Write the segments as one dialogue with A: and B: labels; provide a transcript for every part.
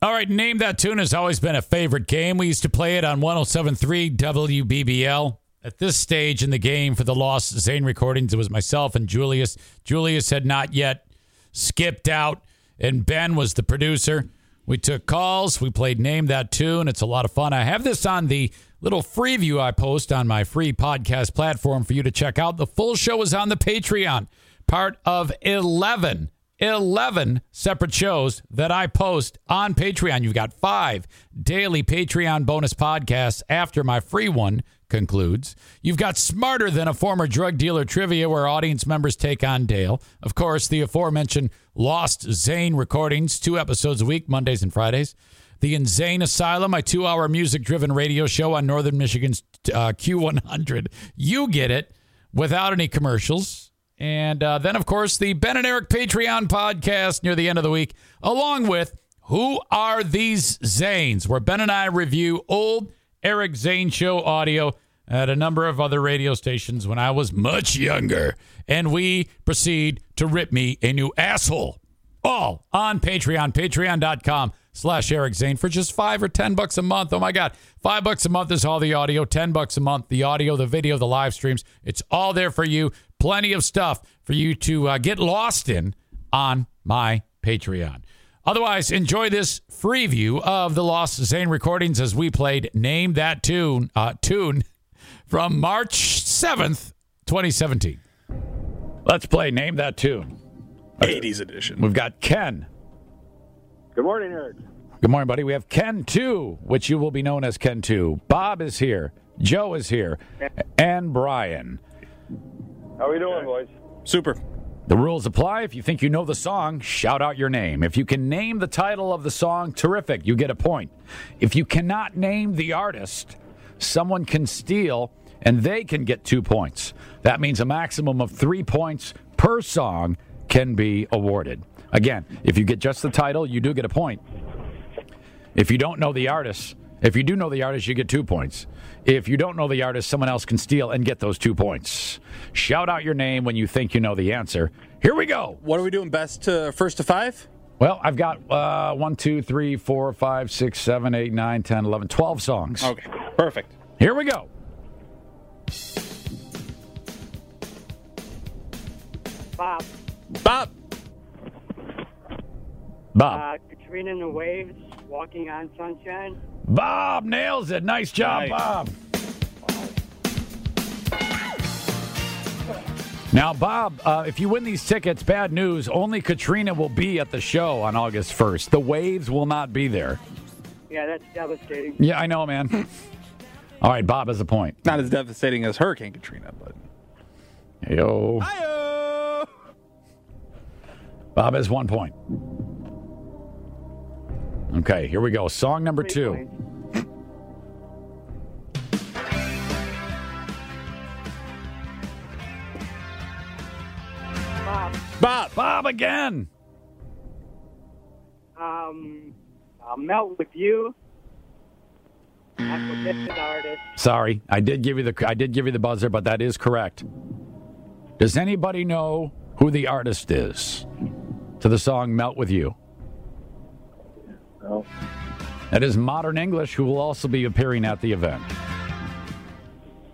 A: All right, Name That Tune has always been a favorite game. We used to play it on 107.3 WBBL. At this stage in the game for the Lost Zane recordings, it was myself and Julius. Julius had not yet skipped out, and Ben was the producer. We took calls. We played Name That Tune. It's a lot of fun. I have this on the little free view I post on my free podcast platform for you to check out. The full show is on the Patreon, part of 11 11 separate shows that I post on Patreon. You've got five daily Patreon bonus podcasts after my free one concludes. You've got Smarter Than a Former Drug Dealer Trivia, where audience members take on Dale. Of course, the aforementioned Lost Zane recordings, two episodes a week, Mondays and Fridays. The Insane Asylum, my two hour music driven radio show on Northern Michigan's uh, Q100. You get it without any commercials. And uh, then, of course, the Ben and Eric Patreon podcast near the end of the week, along with Who Are These Zanes, where Ben and I review old Eric Zane show audio at a number of other radio stations when I was much younger. And we proceed to rip me a new asshole. All on Patreon, patreon.com slash Eric Zane for just five or ten bucks a month. Oh my God. Five bucks a month is all the audio, ten bucks a month, the audio, the video, the live streams. It's all there for you. Plenty of stuff for you to uh, get lost in on my Patreon. Otherwise, enjoy this free view of the Lost Zane recordings as we played Name That Tune, uh, tune from March 7th, 2017. Let's play Name That Tune.
B: 80s edition.
A: We've got Ken
C: Good morning, Eric.
A: Good morning, buddy. We have Ken 2, which you will be known as Ken 2. Bob is here. Joe is here. And Brian.
C: How are we doing, boys?
B: Super.
A: The rules apply. If you think you know the song, shout out your name. If you can name the title of the song, terrific. You get a point. If you cannot name the artist, someone can steal and they can get two points. That means a maximum of three points per song can be awarded. Again, if you get just the title, you do get a point. If you don't know the artist, if you do know the artist, you get two points. If you don't know the artist, someone else can steal and get those two points. Shout out your name when you think you know the answer. Here we go.
B: What are we doing best to first to five?
A: Well, I've got uh, 1, 2, 3, 4, 5, 6, 7, 8, 9, 10, 11, 12 songs.
B: Okay. Perfect.
A: Here we go.
D: Bob,
B: Bob.
A: Bob.
D: uh, Katrina and the Waves, Walking on Sunshine.
A: Bob nails it. Nice job,
B: Nice.
A: Bob. Now, Bob, uh, if you win these tickets, bad news. Only Katrina will be at the show on August 1st. The waves will not be there.
D: Yeah, that's devastating.
A: Yeah, I know, man. All right, Bob has a point.
B: Not as devastating as Hurricane Katrina, but
A: Yo.
B: Hi-oh!
A: Bob has one point. Okay, here we go. Song number
D: Three
A: two.
D: points. Bob,
B: Bob.
A: Bob again.
D: um, I'll melt with you. Acquisition artist.
A: Sorry, I did give you the I did give you the buzzer, but that is correct. Does anybody know who the artist is to the song "Melt with You"?
C: No.
A: That is Modern English, who will also be appearing at the event.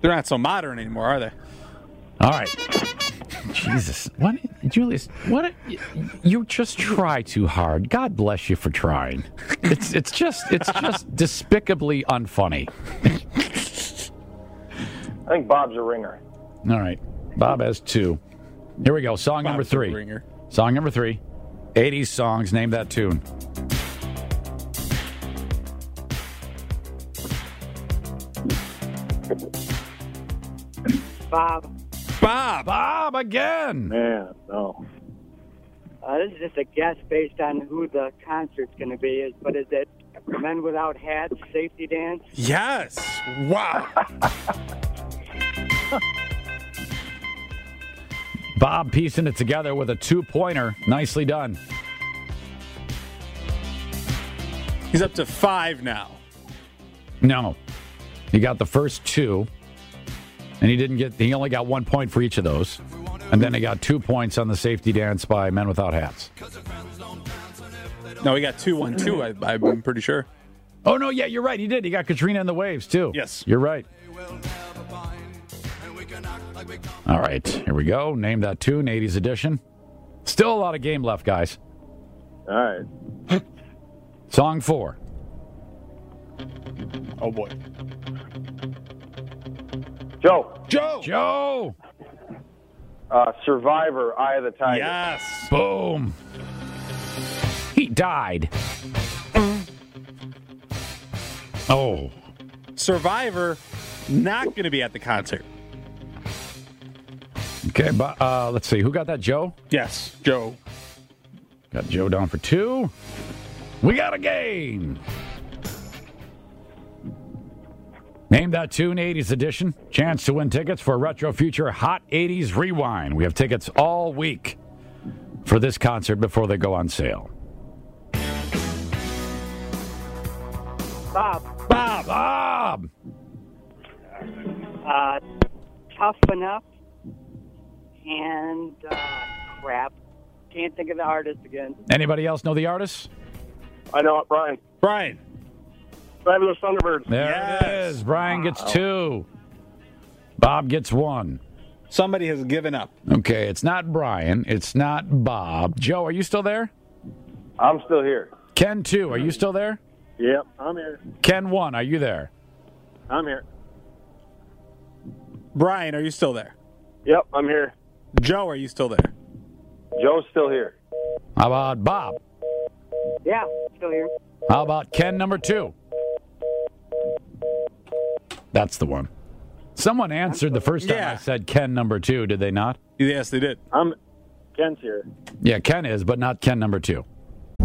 B: They're not so modern anymore, are they?
A: All right. Jesus, what, Julius? What you just try too hard. God bless you for trying. It's it's just it's just despicably unfunny.
C: I think Bob's a ringer.
A: All right, Bob has two. Here we go. Song number
B: Bob's a
A: three.
B: ringer.
A: Song number three. 80s songs. Name that tune.
D: Bob,
B: Bob.
A: Bob again.
C: Man, no.
D: Uh, this is just a guess based on who the concert's going to be. Is but is it Men Without Hats Safety Dance?
B: Yes. Wow.
A: Bob piecing it together with a two pointer. Nicely done.
B: He's up to five now.
A: No. He got the first two. And he didn't get he only got one point for each of those. And then he got two points on the safety dance by Men Without Hats.
B: No, he got two, one, two. I, I'm pretty sure.
A: Oh no, yeah, you're right. He did. He got Katrina and the Waves too.
B: Yes.
A: You're right. All right, here we go. Name that tune, 80s edition. Still a lot of game left, guys.
C: All right.
A: Song four.
B: Oh boy.
C: Joe,
B: Joe.
A: Joe!
C: uh, Survivor, Eye of the Tiger.
B: Yes.
A: Boom. He died. Oh.
B: Survivor, not going to be at the concert.
A: Okay, but uh, let's see. Who got that, Joe?
B: Yes, Joe.
A: Got Joe down for two. We got a game. Name that tune, 80s edition. Chance to win tickets for Retro Future Hot 80s Rewind. We have tickets all week for this concert before they go on sale.
D: Bob,
A: Bob! Bob!
D: uh, Tough Enough, and uh, crap. Can't think of the artist again.
A: Anybody else know the artists?
C: I know it, Brian.
B: Brian.
C: Fabulous Thunderbirds.
A: There it
B: Yes.
A: is. Brian gets two. Bob gets one.
B: Somebody has given up.
A: Okay, it's not Brian. It's not Bob. Joe, are you still there?
C: I'm still here.
A: Ken, two. Are you still there?
C: Yep, I'm here.
A: Ken, one. Are you there?
C: I'm here.
B: Brian, are you still there?
C: Yep, I'm here.
B: Joe, are you still there?
C: Joe's still here.
A: How about Bob?
D: Yeah, still here.
A: How about Ken, number two? That's the one. Someone answered the first time
B: Yeah.
A: I said Ken, number two, did they not?
B: Yes, they did.
C: I'm Ken's here.
A: Yeah, Ken is, but not Ken, number two.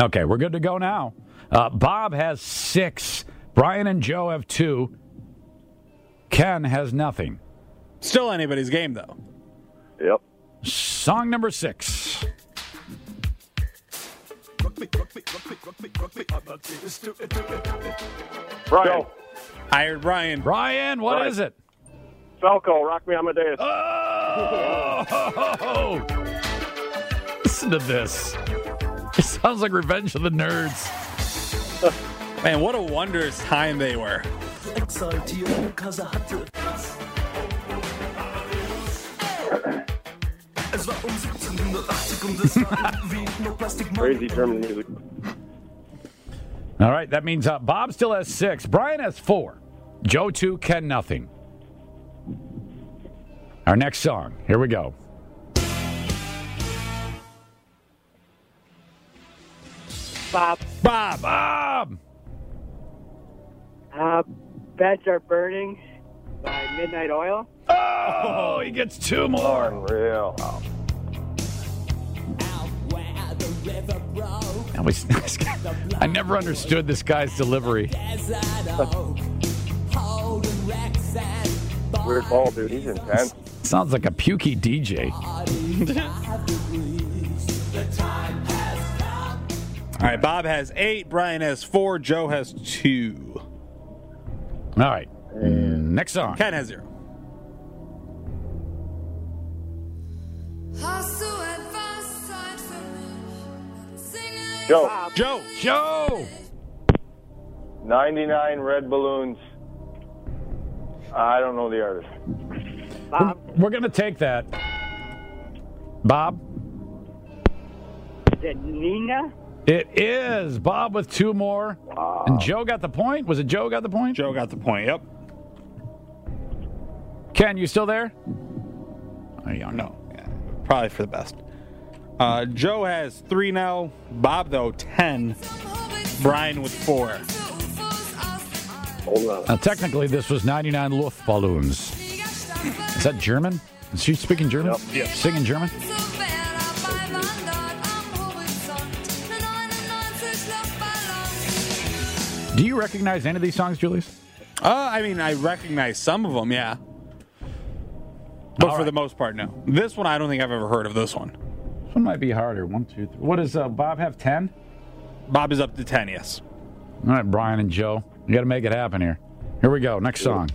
A: Okay, we're good to go now. Uh, Bob has six. Brian and Joe have two. Ken has nothing.
B: Still anybody's game, though.
C: Yep.
A: Song number six.
C: Brian.
B: I heard Brian.
A: Brian, what
C: Right.
A: is it?
C: Falco, Rock Me Amadeus.
A: Uh. Oh! Listen to this. It sounds like Revenge of the Nerds.
B: Man, what a wondrous time they were.
E: Exaltierung Kasa hatte. Es war um 1780 und es war wie nur Plastic
C: Crazy German music.
A: All right, that means uh, Bob still has six. Brian has four. Joe, two. Ken, nothing. Our next song. Here we go.
D: Bob,
A: Bob! Bob!
D: uh, Beds Are Burning by Midnight Oil.
A: Oh, he gets two more.
C: Unreal.
A: I, was, I never understood this guy's delivery.
C: Weird ball, dude. He's intense.
A: Sounds like a pukey DJ.
B: All right, Bob has eight, Brian has four, Joe has two,
A: All right. Next song.
B: Ken has zero.
F: Hast du etwas Zeit für mich? Singe
C: Joe,
B: Joe.
A: Joe!
C: 99 Red Balloons. I don't know the artist.
D: Bob,
A: We're going to take that. Bob?
D: it Nina?
A: It is Bob with two more, and Joe got the point. Was it Joe got the point?
B: Joe got the point. Yep.
A: Ken, you still there? I don't know.
B: No. Yeah, Probably for the best. Uh, Joe has three now. Bob, though, 10. Brian with four.
A: Uh, technically, this was 99 Luftballons. Is that German? Is she speaking German?
B: Yep.
A: Singing German? Do you recognize any of these songs, Julius?
B: Uh, I mean, I recognize some of them, yeah. But
A: All
B: for
A: right.
B: the most part, no. This one, I don't think I've ever heard of this one.
A: This one might be harder. One, two, three. What does uh, Bob have? 10?
B: Bob is up to 10, yes.
A: All right, Brian and Joe. You got to make it happen here. Here we go. Next song.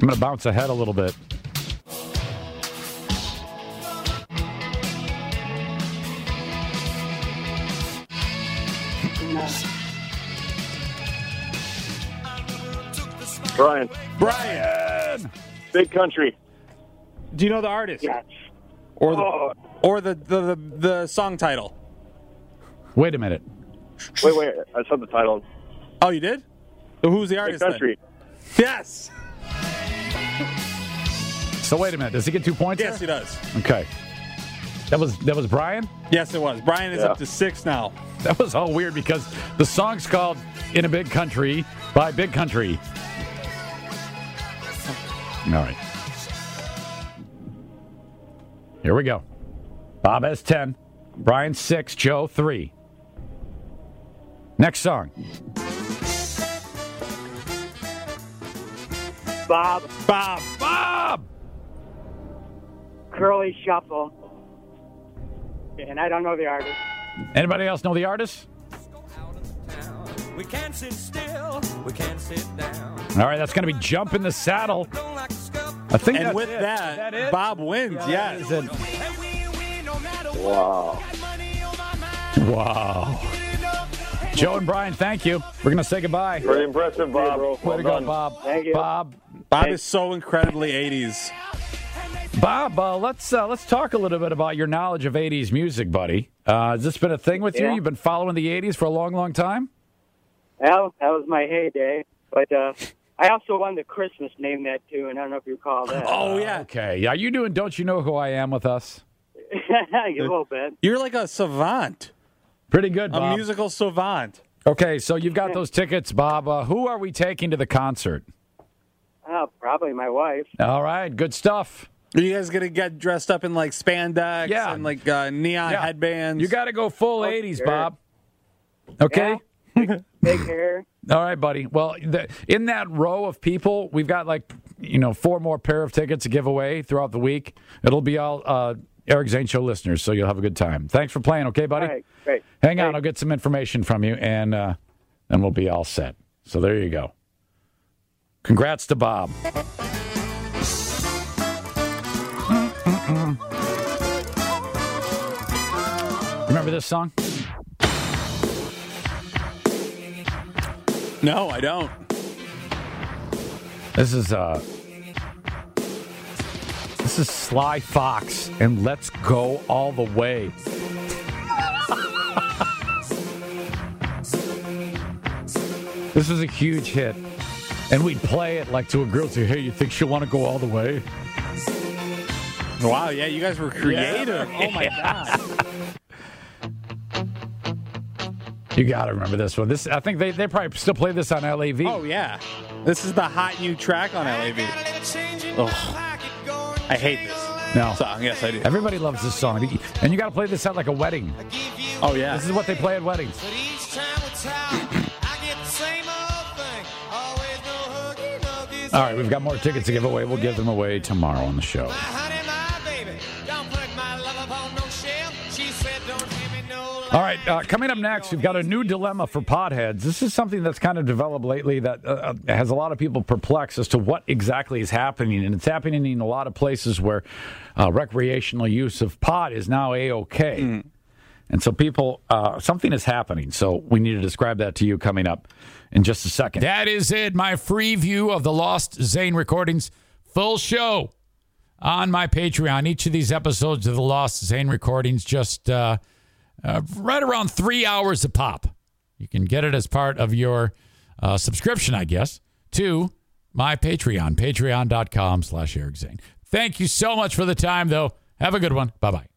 A: I'm going to bounce ahead a little bit.
C: Brian,
A: Brian!
C: big country.
B: Do you know the artist?
D: Yes.
B: Or the,
C: Oh.
B: or the, the, the, the song title?
A: Wait a minute.
C: Wait, wait. I said the title.
B: Oh, you did? Who's the
C: Big
B: artist? then?
C: country.
B: Yes.
A: So wait a minute. Does he get two points?
B: Yes, he does.
A: Okay. That was that was Brian.
B: Yes, it was. Brian is
C: Yeah.
B: up to six now.
A: That was all weird because the song's called "In a Big Country" by Big Country. All right. Here we go. Bob has ten. Brian six. Joe three. Next song.
D: Bob,
B: Bob.
A: Bob.
D: Curly Shuffle. And I don't know the artist.
A: Anybody else know the artist?
E: We can't sit still, we can't sit down.
A: All right, that's going to be "Jump in the Saddle."
E: Don't like to scuff.
A: I think.
B: And
A: that's
B: with
A: it.
B: that,
A: That it?
B: Bob wins.
A: that
B: yes.
A: is it.
E: And we win no matter what.
C: Wow.
E: Got money on my mind.
A: Wow. Joe and Brian, thank you. We're going to say goodbye.
C: Pretty impressive, Bob.
A: Way to go, Bob.
D: Thank you.
A: Bob.
B: Bob is so incredibly 80s.
A: Bob, uh, let's uh, let's talk a little bit about your knowledge of '80s music, buddy. Uh, has this been a thing with you?
D: Yeah.
A: You've been following the '80s for a long, long time.
D: Well, that was my heyday. But uh, I also won the Christmas name that too, and I don't know if you recall that.
B: Oh, yeah.
A: Okay. Are you doing "Don't You Know Who I Am" with us?
D: a little bit.
B: You're like a savant,
A: Pretty good,
B: a
A: Bob.
B: musical savant.
A: okay, so you've got those tickets, Bob. Uh, who are we taking to the concert?
D: Oh, probably my wife.
A: All right, good stuff.
B: Are you guys gonna get dressed up in like spandex
A: Yeah.
B: and like uh, neon
A: Yeah.
B: headbands?
A: You got to go full
D: Oh,
A: '80s,
D: sure.
A: Bob. Okay.
D: Big hair.
A: All right, buddy. Well, the, in that row of people, we've got like you know four more pair of tickets to give away throughout the week. It'll be all uh, Eric Zane Show listeners, so you'll have a good time. Thanks for playing. Okay, buddy.
D: All right, great.
A: Hang on,
D: Thanks.
A: I'll get some information from you, and uh, and we'll be all set. So there you go. Congrats to Bob. Remember this song?
B: no, I don't.
A: This is uh This is Sly Fox and Let's Go All the Way. this was a huge hit. And we'd play it like to a girl say, Hey, you think she'll want to go all the way?
B: Wow, yeah, you guys were creative. Oh my god.
A: You gotta remember this one. This I think they, they probably still play this on LAV.
B: Oh yeah. This is the hot new track on LAV. I hate this
A: no.
B: song. Yes, I do.
A: Everybody loves this song. And you gotta play this at like a wedding.
B: Oh yeah.
A: This is what they play at weddings.
E: But each time it's out, I get the same old thing. Always no hooky, no
B: Oh,
E: kiss.
A: All right, we've got more tickets to give away. We'll give them away tomorrow on the show.
E: My honey, my baby, don't put my love upon no shell. She said, don't give me no
A: All right, uh, coming up next, we've got a new dilemma for podheads. This is something that's kind of developed lately that uh, has a lot of people perplexed as to what exactly is happening. And it's happening in a lot of places where uh, recreational use of pot is now A OK.
G: And so, people, uh, something is happening. So, we need to describe that to you coming up in just a second.
A: That is it. My free view of the Lost Zane recordings, full show on my Patreon. Each of these episodes of the Lost Zane recordings just uh, uh, right around three hours a pop. You can get it as part of your uh, subscription, I guess, to my Patreon, patreon.com slash Eric Zane. Thank you so much for the time, though. Have a good one. Bye-bye.